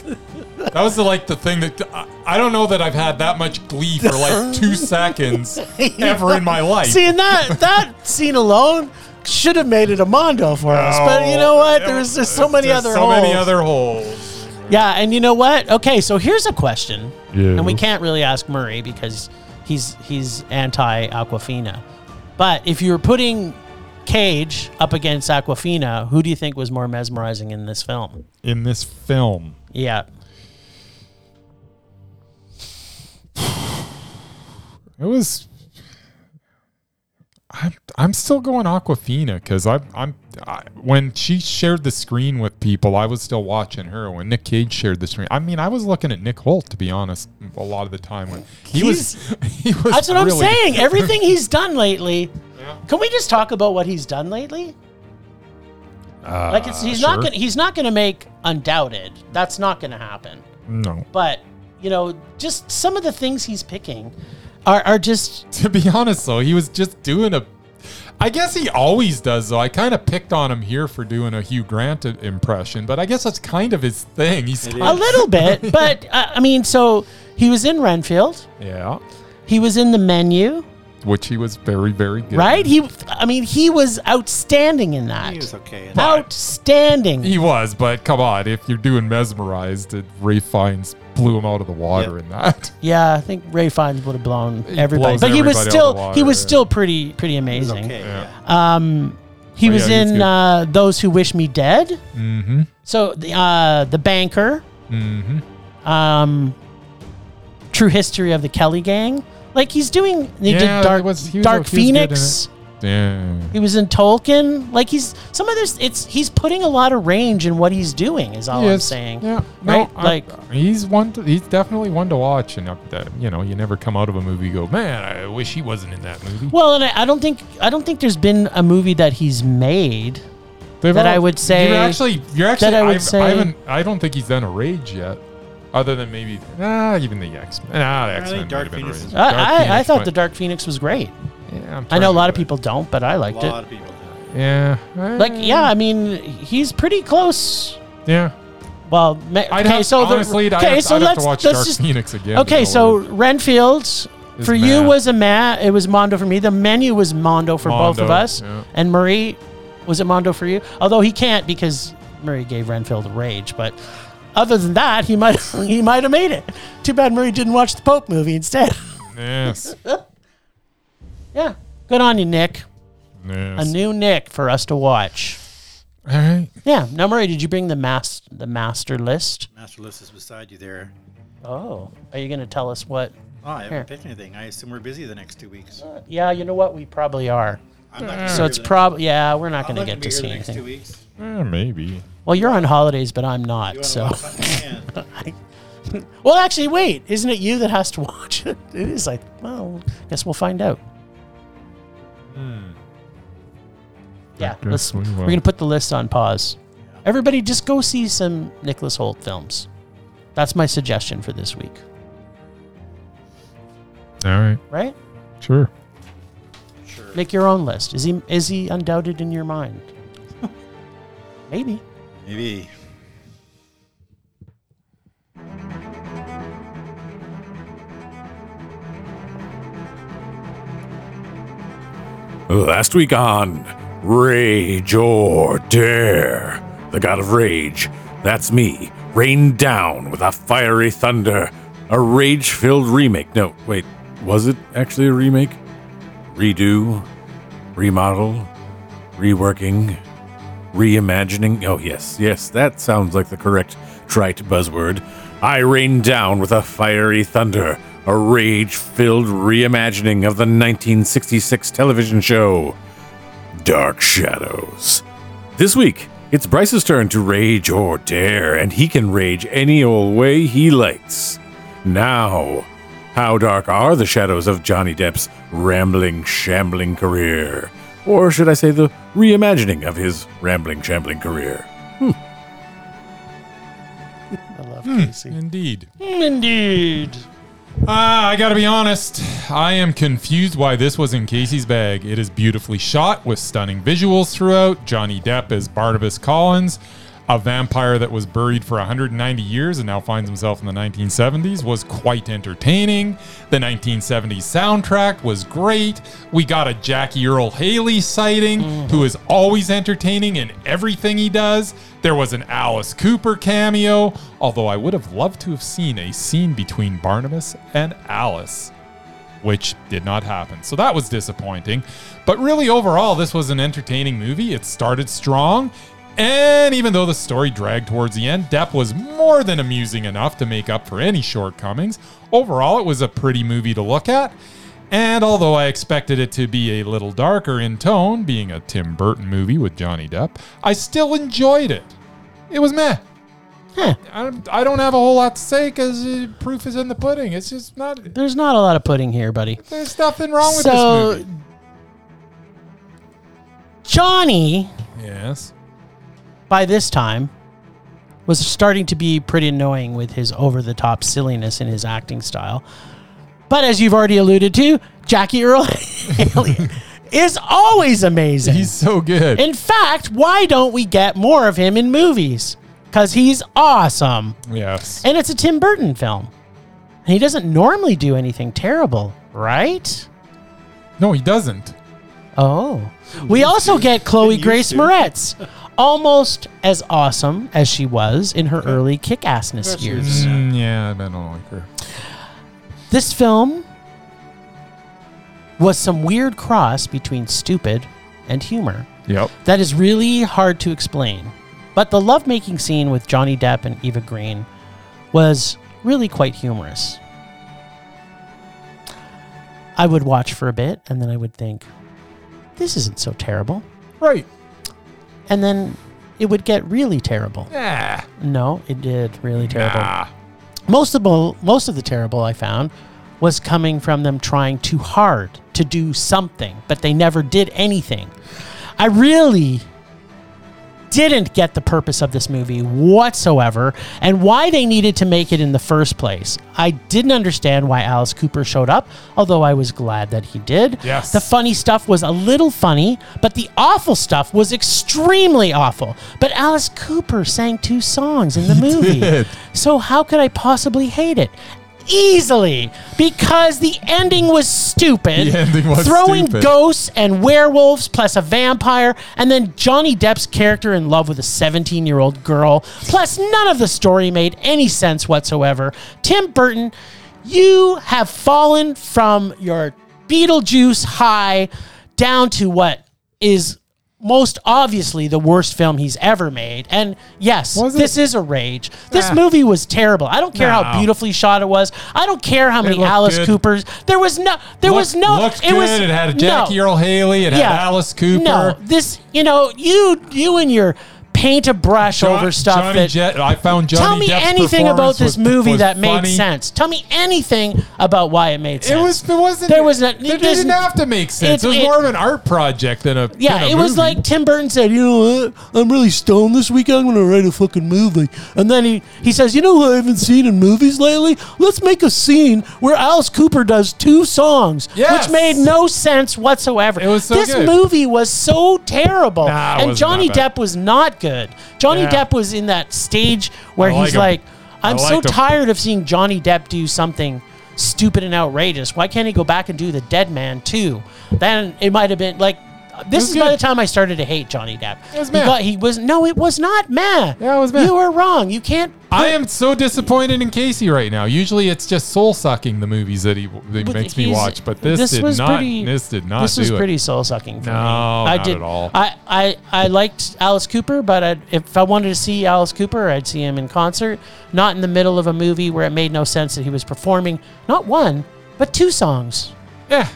S1: That was the, like the thing that I, I don't know that I've had that much glee for like two seconds ever in my life.
S2: See, and that that scene alone should have made it a mondo for us. But you know what? There was just so many
S1: Oh, There's
S2: other
S1: so many
S2: holes.
S1: other holes.
S2: Yeah, and you know what? Okay, so here's a question,
S1: Yeah.
S2: and we can't really ask Murray because he's he's anti Aquafina. But if you were putting Cage up against Aquafina, who do you think was more mesmerizing in this film?
S1: in this film.
S2: Yeah,
S1: It was. I'm I'm still going Aquafina because I'm I'm I, when she shared the screen with people, I was still watching her. When Nick Cage shared the screen, I mean, I was looking at Nick Holt to be honest. A lot of the time when he was, he was.
S2: that's what
S1: really-
S2: I'm saying. Everything he's done lately.
S1: Yeah.
S2: Can we just talk about what he's done lately? like it's, he's not
S1: Uh, sure.
S2: gonna he's not gonna make undoubted. That's not gonna happen.
S1: No,
S2: But you know, just some of the things he's picking are are just
S1: to be honest though, he was just doing a. I guess he always does though. I kind of picked on him here for doing a Hugh Grant i- impression, but I guess that's kind of his thing. He's
S2: a little bit. But uh, I mean, so he was in Renfield.
S1: yeah,
S2: He was in the menu,
S1: which he was very very good.
S2: right? He, I mean, he was outstanding in that.
S3: He was okay. in that.
S2: outstanding.
S1: He was, but come on, if you're doing mesmerized, it, Ray Fiennes blew him out of the water
S3: Yeah.
S1: in that.
S2: yeah, I think Ray Fiennes would have blown
S1: He
S2: everybody,
S1: blows
S2: but he was
S1: everybody out
S2: still
S1: of the water,
S2: he was
S1: yeah.
S2: still pretty pretty
S3: He was
S2: amazing.
S3: okay.
S1: Yeah.
S3: Yeah.
S2: Um, he
S1: Oh,
S2: was
S1: yeah, he's
S2: in
S1: good.
S2: uh, Those Who Wish Me Dead.
S1: Mm-hmm.
S2: So the uh, the banker,
S1: Mm-hmm.
S2: um, True History of the Kelly Gang. Like he's doing. He
S1: Yeah,
S2: did Dark
S1: he was- he was-
S2: Dark
S1: he was good in
S2: Phoenix.
S1: Yeah.
S2: He was in Tolkien. Like he's some of this. It's he's putting a lot of range in what he's doing. Is all
S1: He
S2: I'm
S1: is.
S2: saying.
S1: Yeah.
S2: Right?
S1: No, like
S2: Like-
S1: he's one. To, he's definitely one to watch, and up that you know you never come out of a movie and go, man, I wish he wasn't in that movie.
S2: Well, and I, I don't think I don't think there's been a movie that he's made.
S1: They've
S2: that I would say-
S1: You're actually. You're actually.
S2: I
S1: I
S2: would
S1: I've,
S2: say-
S1: I haven't. I don't think he's done a rage yet. Other than maybe, ah, even the X Men. Nah, the
S3: I think
S1: X Men.
S3: Dark Phoenix is-
S2: I, I, I thought the Dark Phoenix was great. I know a lot of people don't, but I
S3: A
S2: liked
S3: lot
S2: it.
S3: of people. do.
S1: Yeah.
S2: Like yeah, I mean he's pretty close.
S1: Yeah.
S2: Well, ma-
S1: I'd
S2: okay,
S1: have,
S2: so the-
S1: honestly, I'd,
S2: okay,
S1: have,
S2: so
S1: I'd have
S2: let's
S1: to watch
S2: let's
S1: Dark
S2: just
S1: Phoenix again. to
S2: okay.
S1: know
S2: So
S1: what-
S2: Renfield for you
S1: Matt.
S2: was a Matt. It was Mondo for me. The menu was Mondo for both of
S1: Mondo,
S2: us.
S1: yeah.
S2: And Marie was it Mondo for you? Although he can't because Murray gave Renfield a rage. But other than that, he might he might have made it. Too bad Murray didn't watch the Pope movie instead.
S1: yes,
S2: yeah, good on you, Nick. A
S1: yes.
S2: new Nick for us to watch.
S1: All right.
S2: Yeah. Now, Murray, did you bring the mas- the master list?
S3: Master List is beside you there.
S2: Oh, are you going to tell us what?
S3: Oh, I
S2: Here.
S3: haven't picked anything. I assume we're busy the next two weeks.
S2: Yeah, you know what? We probably are.
S3: I'm not
S2: So it's probably yeah. We're not
S3: I'm
S2: going to
S3: not
S2: get to
S3: be here
S2: see
S3: the next two
S2: anything.
S3: weeks.
S1: Eh, maybe.
S2: Well, you're on holidays, but I'm not.
S3: You
S2: So
S3: wanna watch? I can.
S2: well, actually, wait. Isn't it you that has to watch it? It is like well, guess we'll find out. Hmm. Yeah,
S1: guess
S2: let's,
S1: we
S2: we
S1: will.
S2: are gonna put the list on pause. Everybody, just go see some Nicholas Holt films. That's my suggestion for this week.
S1: All right.
S2: Right?
S1: Sure.
S3: Sure.
S2: Make your own list. Is he is he undoubted in your mind? Maybe.
S3: Maybe.
S5: Last week on Rage or Dare, the god of rage, that's me, rained down with a fiery thunder, a rage filled remake. No, wait, was it actually a remake? Redo, remodel, reworking, reimagining. Oh, yes, yes, that sounds like the correct trite buzzword. I rained down with a fiery thunder, a rage filled reimagining of the 1966 television show Dark Shadows. This week, it's Bryce's turn to rage or dare, and he can rage any old way he likes. Now, how dark are the shadows of Johnny Depp's rambling, shambling career? Or should I say the reimagining of his rambling, shambling career?
S2: I love Casey.
S1: Indeed.
S2: Hmm. Indeed.
S1: Ah, I gotta be honest. I am confused why this was in Casey's bag. It is beautifully shot with stunning visuals throughout. Johnny Depp as Barnabas Collins, a vampire that was buried for 190 years and now finds himself in the 1970s, was quite entertaining. The 1970s soundtrack was great. We got a Jackie Earl Haley sighting, who is always entertaining in everything he does. There was an Alice Cooper cameo, although I would have loved to have seen a scene between Barnabas and Alice, which did not happen. So that was disappointing. But really, overall, this was an entertaining movie. It started strong. And even though the story dragged towards the end, Depp was more than amusing enough to make up for any shortcomings. Overall, it was a pretty movie to look at. And although I expected it to be a little darker in tone, being a Tim Burton movie with Johnny Depp, I still enjoyed it. It was meh.
S2: Huh.
S1: I, I don't have a whole lot to say because proof is in the pudding. It's just not.
S2: There's not a lot of pudding here, buddy.
S1: There's nothing wrong with
S2: so
S1: this
S2: Johnny,
S1: movie. Yes.
S2: by this time, was starting to be pretty annoying with his over the top silliness in his acting style. But as you've already alluded to, Jackie Earl Haley is always amazing.
S1: He's so good.
S2: in fact, why don't we get more of him in movies? Because he's awesome.
S1: yes.
S2: And it's a Tim Burton film. And he doesn't normally do anything terrible, right?
S1: no, he doesn't.
S2: Oh. We also get Chloe
S3: Used
S2: Grace
S3: to.
S2: Moretz, almost as awesome as she was in her early kick assness
S3: That's
S2: years.
S3: yours.
S1: Mm, yeah, I don't like her.
S2: This film was some weird cross between stupid and humor
S1: Yep.
S2: that is really hard to explain. But the lovemaking scene with Johnny Depp and Eva Green was really quite humorous. I would watch for a bit and then I would think, this isn't so terrible.
S1: Right.
S2: and then it would get really terrible.
S1: Yeah.
S2: No, it did really terrible.
S1: Ah.
S2: Most of the, most of the terrible I found was coming from them trying too hard to do something, but they never did anything. I really didn't get the purpose of this movie whatsoever and why they needed to make it in the first place. I didn't understand why Alice Cooper showed up, although I was glad that he did.
S1: Yes.
S2: The funny stuff was a little funny, but the awful stuff was extremely awful. But Alice Cooper sang two songs in the movie.
S1: did.
S2: So how could I possibly hate it? Easily, because the ending was stupid.
S1: The ending was
S2: throwing
S1: stupid.
S2: ghosts and werewolves plus a vampire, and then Johnny Depp's character in love with a 17 year old girl. Plus, none of the story made any sense whatsoever. Tim Burton, you have fallen from your Beetlejuice high down to what is most obviously the worst film he's ever made. And yes,
S1: Was it?
S2: this is a rage. This
S1: Ah.
S2: movie was terrible. I don't care
S1: No.
S2: how beautifully shot it was. I don't care how many
S1: looked
S2: Alice
S1: good.
S2: Coopers. There was no. There was
S1: Looked-
S2: no.
S1: Looked
S2: it
S1: good.
S2: was.
S1: it had a
S2: no.
S1: Jackie Earl Haley. It had Alice Cooper.
S2: No, this. You know, you you and your paint a brush
S1: Jo-
S2: over stuff
S1: Johnny
S2: that.
S1: Jet- I found Johnny
S2: Tell me
S1: Depp's
S2: anything about
S1: performance was-
S2: this movie
S1: was
S2: that made
S1: funny.
S2: sense. Tell me anything about why it made
S1: It
S2: sense.
S1: was. It wasn't.
S2: There was not-
S1: They
S2: there's-
S1: didn't have to make sense.
S2: it-
S1: It, was
S2: it-
S1: more of an art project than a.
S2: Yeah,
S1: than a
S2: it was
S1: movie.
S2: like Tim Burton said, you know what? I'm really stoned this week. I'm going to write a fucking movie. And then he, he says, you know who I haven't seen in movies lately? Let's make a scene where Alice Cooper does two songs,
S1: Yes.
S2: which made no sense whatsoever.
S1: It was so
S2: this
S1: good.
S2: movie was so terrible.
S1: Nah, it
S2: and
S1: wasn't
S2: Johnny
S1: that bad.
S2: Depp was not good. Johnny
S1: Yeah.
S2: Depp was in that stage where
S1: I like
S2: he's
S1: him.
S2: like,
S1: I
S2: I'm so
S1: liked him.
S2: tired of seeing Johnny Depp do something stupid and outrageous. Why can't he go back and do The Dead Man too? Then it might have been like this
S1: was
S2: is by
S1: good.
S2: the time I started to hate Johnny Depp. It
S1: was meh.
S2: He, was no, it was not meh.
S1: Yeah, it was meh.
S2: You were wrong. You can't.
S1: I am so disappointed in Casey right now. Usually, it's just soul sucking the movies that he that he
S2: but
S1: makes me
S2: he's-
S1: watch. But this, did
S2: was
S1: not.
S2: pretty-
S1: this did not.
S2: This
S1: do
S2: was
S1: it.
S2: pretty soul sucking for
S1: No,
S2: me. I
S1: not at all.
S2: I, I, I liked Alice Cooper, but I, if I wanted to see Alice Cooper, I'd see him in concert, not in the middle of a movie where it made no sense that he was performing not one but two songs.
S1: Yeah.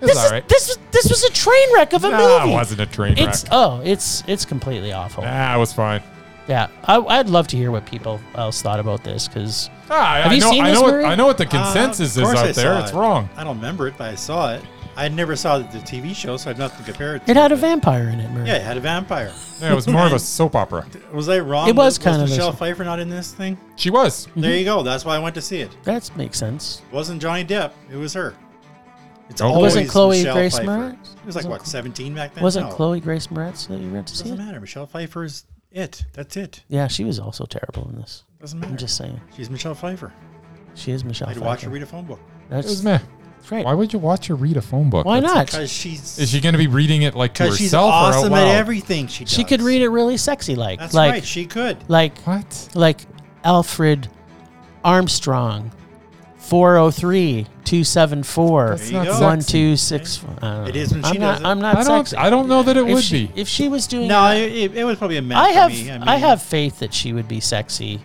S1: It's
S2: This
S1: all
S2: is,
S1: right.
S2: this was this was a train wreck of a
S1: Nah,
S2: movie.
S1: it wasn't a train wreck.
S2: It's oh, it's it's completely awful.
S1: Nah, it was fine.
S2: Yeah, I, I'd love to hear what people else thought about this because
S1: Ah, I-
S2: Have
S1: I
S2: you
S1: know,
S2: seen
S1: I
S2: this
S1: know what,
S2: movie?
S1: I know what the
S3: Uh, of
S1: consensus is
S3: course I
S1: out there.
S3: saw
S1: It's
S3: it.
S1: wrong.
S3: I don't remember it, but I saw it. I never saw the TV show, so I have nothing to compare it to.
S2: it had a
S3: but-
S2: vampire in it. Murray.
S3: Yeah, it had a vampire.
S1: Yeah, it was more of a soap opera.
S3: Was I wrong?
S2: It was kind of a- Mm-hmm.
S3: Michelle Pfeiffer not in this thing?
S1: She was.
S3: There you go. That's why I went to see it.
S2: that makes sense.
S3: It wasn't Johnny Depp. It was her. It's
S1: Oh,
S3: always
S2: wasn't Chloe
S3: Michelle
S2: Grace
S3: Pfeiffer.
S2: Moretz?
S3: It was like what, seventeen back then?
S2: Wasn't
S3: No,
S2: Chloe Grace Moretz that you went to see?
S3: Doesn't
S2: It?
S3: matter. Michelle Pfeiffer is it. That's it.
S2: Yeah, she was also terrible in this.
S3: Doesn't matter.
S2: I'm just saying,
S3: She's Michelle Pfeiffer.
S2: she is Michelle.
S3: I'd watch her
S2: Pfeiffer.
S3: read a phone book
S1: It was
S2: That's,
S1: meh.
S2: that's right.
S1: Why
S2: Why,
S1: would you watch her read a phone book? That's-
S2: not?
S3: because she's
S1: Is she going to be reading it like to
S3: because
S1: herself
S3: she's
S1: or out
S3: awesome
S1: loud?
S3: at everything she does.
S2: She could read it really sexy, like
S3: That's
S2: like
S3: right. She could.
S2: like
S1: What?
S2: like Alfred Armstrong, 403 274
S1: That's
S3: you
S1: not
S3: go.
S1: sexy.
S2: One two six. I don't
S3: It
S2: know.
S3: is when
S2: I'm
S3: she
S2: not,
S3: does it.
S2: I'm not
S1: I don't.
S2: sexy.
S1: I don't know that it
S2: if
S1: would
S2: she,
S1: be.
S2: If she was doing,
S3: No,
S2: that-
S3: it, it was probably a match.
S2: I have
S3: Me. I,
S2: I,
S3: mean,
S2: have faith that she would be sexy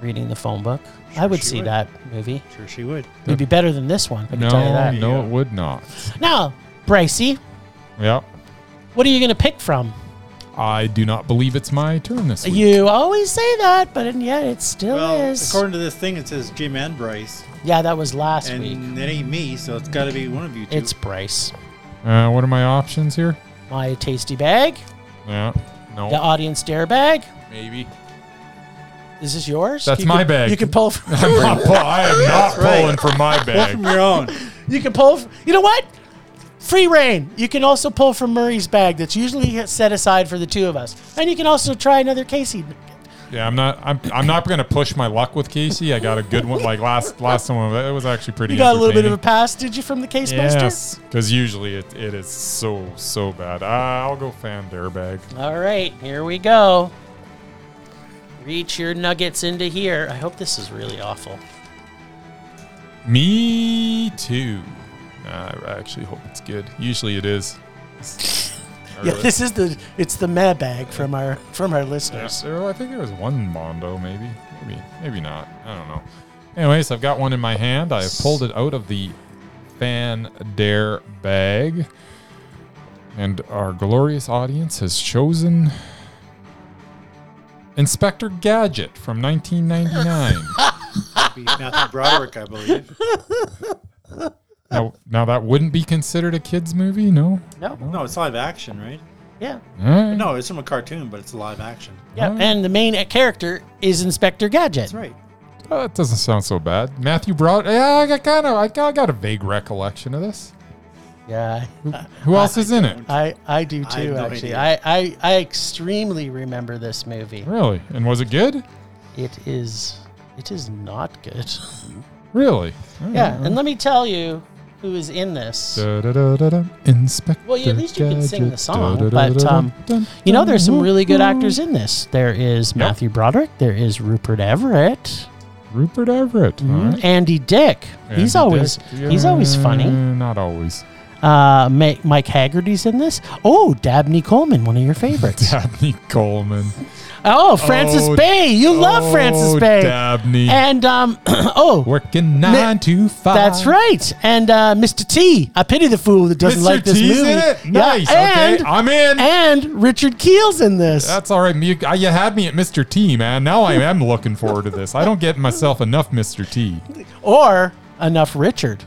S2: reading the phone book. I would
S3: she
S2: see
S3: would.
S2: that movie.
S3: Sure, she would.
S2: It'd be better than this one. I can tell you
S1: No,
S2: that.
S1: no, it would not.
S2: Now, Bracey,
S1: Yep.
S2: what are you going to pick from?
S1: I do not believe it's my turn this week.
S2: You always say that, but and yet it still
S3: Well,
S2: is.
S3: according to this thing, it says Jim and Bryce,
S2: yeah, that was last
S3: and
S2: week.
S3: it ain't me, so it's got to be one of you two.
S2: It's Bryce.
S1: Uh, what are my options here?
S2: My tasty bag,
S1: Yeah. No.
S2: the audience dare bag.
S1: Maybe.
S2: Is this yours?
S1: That's
S2: You
S1: my
S2: can-
S1: bag.
S2: You can pull from.
S1: I'm not pull- I am not
S3: right.
S1: pulling for my
S3: Pull
S1: bag.
S3: from your own.
S2: You can pull. f- You know what? Free reign. You can also pull from Murray's bag that's usually set aside for the two of us, and you can also try another Casey.
S1: Yeah, I'm not. I'm. I'm not going to push my luck with Casey. I got a good one. Like last last one, it was actually pretty.
S2: You got a little bit of a
S1: entertaining.
S2: pass, did you, from the Case Master?
S1: Yes, because usually it, it is so so bad. Uh, I'll go fan bag.
S2: All right, here we go. Reach your nuggets into here. I hope this is really awful.
S1: Me too. Nah, I actually hope it's good. Usually it is. Not
S2: Yeah,
S1: really.
S2: this is the it's the meh bag from our from our listeners.
S1: There- I think there was one Mondo, maybe, maybe, maybe not. I don't know. Anyways, I've got one in my hand. I have pulled it out of the Fan Dare bag, and our glorious audience has chosen Inspector Gadget from 1999.
S3: Be Matthew Broderick, I believe.
S1: now, now that wouldn't be considered a kids movie, no?
S2: No,
S3: No, it's live action, right?
S2: yeah,
S1: Alright.
S3: No, it's from a cartoon, but it's live action.
S2: yeah. And the main character is Inspector Gadget.
S3: That's right.
S1: Oh, that doesn't sound so bad. Matthew Broad. Yeah, I got kind of. I got, I got a vague recollection of this.
S2: Yeah,
S1: Who else is in it?
S2: I, I do too,
S3: I have no
S2: actually.
S3: idea.
S2: I, I, I extremely remember this movie.
S1: Really? And was it good?
S2: It is it is not good.
S1: Really? All right.
S2: yeah, and let me tell you who is in this.
S1: Uh, Da-da-da-da-da. Inspector.
S2: Well, yeah, at least you can sing the
S1: Gadget.
S2: song,
S1: Da-da-da-da-da.
S2: but, um,
S1: Dun,
S2: You know,
S1: dun,
S2: there's some
S1: woo,
S2: really good
S1: woo.
S2: actors in this. There is Matthew Broderick. There is Rupert Everett.
S1: Rupert Everett. all right.
S2: Andy Dick. Mm-hmm. he's
S1: Hmm. Andy
S2: always
S1: Dick.
S2: he's always
S1: Yeah,
S2: funny.
S1: Not always.
S2: Uh, Ma- Mike Haggerty's in this. Oh, Dabney Coleman, one of your favorites.
S1: Dabney Coleman.
S2: oh, Francis
S1: Oh,
S2: Bay. You love Francis
S1: oh,
S2: Bay.
S1: Dabney.
S2: And um, oh,
S1: Working nine to five.
S2: that's right. And uh, Mr. T. I pity the fool that doesn't
S1: Mr.
S2: like this
S1: T's
S2: movie.
S1: in it?
S2: Yeah,
S1: Nice. okay.
S2: and-
S1: I'm in.
S2: and Richard Keel's in this.
S1: That's all right. You, I- you had me at Mr. T, man. Now I am looking forward to this. I don't get myself enough Mr. T.
S2: or enough Richard.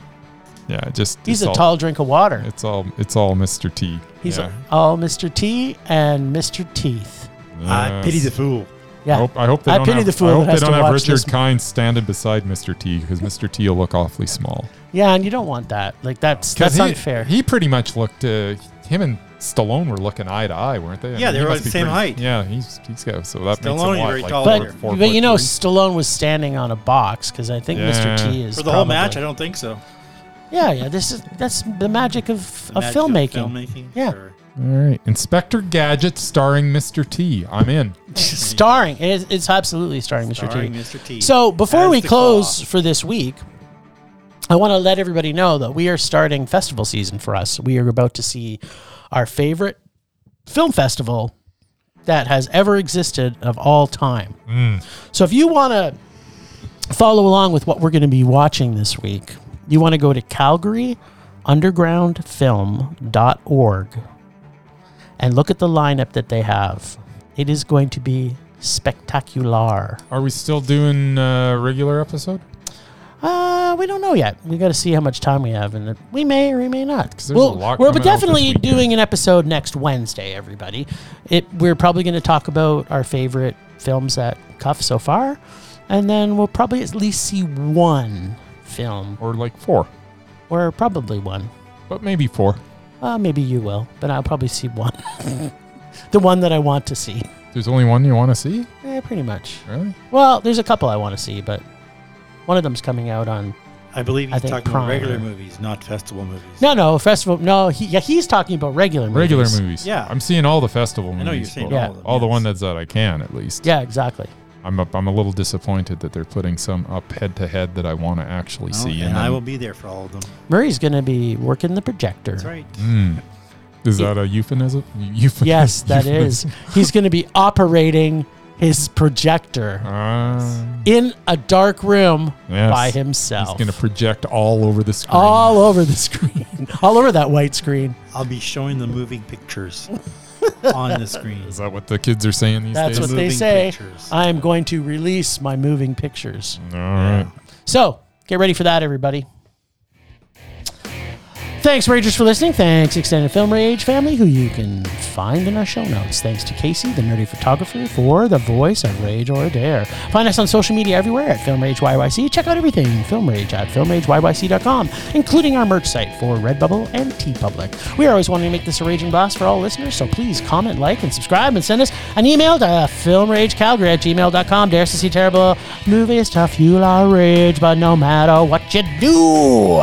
S1: Yeah, it just
S2: He's
S1: it's
S2: a
S1: all-
S2: tall drink of water.
S1: It's all it's all Mr. T.
S2: He's
S1: yeah.
S2: all Mr. T and Mr. Teeth.
S1: Uh,
S3: I pity the fool.
S1: I
S2: Yeah.
S1: hope, I hope they
S2: I
S1: don't
S2: pity
S1: have,
S2: the fool
S1: I
S2: that
S1: hope
S2: has
S1: they
S2: to
S1: don't have
S2: watch
S1: Richard
S2: this.
S1: Kind standing beside Mr. T because Mr. T will look awfully small.
S2: Yeah, and you don't want that. Like that's
S1: 'Cause
S2: that's
S1: he,
S2: unfair.
S1: He pretty much looked. Uh, him and Stallone were looking eye to eye, weren't they? I
S3: Yeah, they
S1: he
S3: were
S1: must
S3: the
S1: be
S3: same
S1: pretty-
S3: height.
S1: Yeah, he's he's got so that makes
S3: Stallone,
S1: him
S3: he's
S1: what,
S3: very
S1: like
S3: tall.
S1: four-
S2: but
S1: four
S2: but
S1: foot
S2: you know
S1: three?
S2: Stallone was standing on a box because I think Mr. T
S1: Yeah.
S2: is
S3: For the whole
S2: probably-
S3: match, I don't think so.
S2: Yeah, yeah. This is that's the magic of,
S3: The
S2: of
S3: magic
S2: filmmaking.
S3: filmmaking.
S2: Yeah.
S3: Sure.
S1: All right, Inspector Gadget starring Mr. T. I'm in.
S2: starring, it's, it's absolutely starring Mr.
S3: Starring
S2: T.
S3: Mr. T.
S2: So before
S3: as
S2: we
S3: the
S2: close
S3: Claw.
S2: for this week, I want to let everybody know that we are starting festival season for us. We are about to see our favorite film festival that has ever existed of all time.
S3: Mm.
S2: So if you want to follow along with what we're going to be watching this week, you want to go to Calgary undergroundfilm.org and look at the lineup that they have. It is going to be spectacular.
S1: Are we still doing uh, regular episode?
S2: Uh, we don't know yet. We got to see how much time we have, and we may or we may not.
S1: there's a
S2: Well,
S1: lot
S2: we're
S1: coming out this
S2: definitely
S1: weekend.
S2: doing an episode next Wednesday, everybody. It we're probably going to talk about our favorite films at Cuff so far, and then we'll probably at least see one film,
S1: Or like four?
S2: or probably one.
S1: But maybe four.
S2: Uh, maybe you will, but I'll probably see one. the one that I want to see.
S1: There's only one you want to see?
S2: Eh, pretty much.
S1: Really?
S2: Well, there's a couple I want to see, but one of them's coming out on
S3: I believe
S2: I
S3: he's
S2: think
S3: talking about
S2: Prime.
S3: regular movies, not festival movies.
S2: No, no, festival. No, he, yeah, he's talking about regular movies.
S1: Regular movies.
S3: Yeah.
S1: I'm seeing all the festival movies.
S3: I know you're saying
S1: but
S2: Yeah.
S3: all of them.
S1: all the
S3: yes.
S1: one that's that I can at least.
S2: Yeah, exactly.
S1: I'm a, I'm a little disappointed that they're putting some up head to head that I want to actually
S3: Oh,
S1: see.
S3: and I
S1: then-
S3: will be there for all of them.
S2: Murray's going to be working the projector.
S3: That's right.
S1: Mm. Is that a euphemism? Euph-
S2: Yes, that is. He's going to be operating his projector
S1: Uh,
S2: in a dark room
S1: Yes.
S2: by
S1: he's
S2: himself.
S1: going to project all over the screen.
S2: all over the screen, all over that white screen.
S3: I'll be showing the moving pictures on the screen.
S1: Is that what the kids are saying these days?
S2: That's what they
S3: Moving
S2: say.
S3: pictures.
S2: I am going to release my moving pictures.
S1: all right.
S2: So get ready for that, everybody. Thanks, Ragers, for listening. Thanks, Extended Film Rage family, who you can find in our show notes. Thanks to Casey, the nerdy photographer, for the voice of Rage or Dare. Find us on social media everywhere at Film Rage YYC. Check out everything Film Rage at filmrageyyc.com, including our merch site for Redbubble and TeePublic. We are always wanting to make this a raging blast for all listeners, so please comment, like, and subscribe, and send us an email to filmragecalgary at gmail.com. Dares to see terrible movies to fuel our rage, but no matter what you do,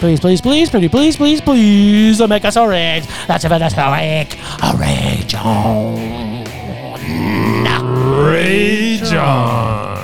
S2: please, please, please, pretty, please, please, please, make us a rage. That's it for this week. A rage on.
S1: Ray John.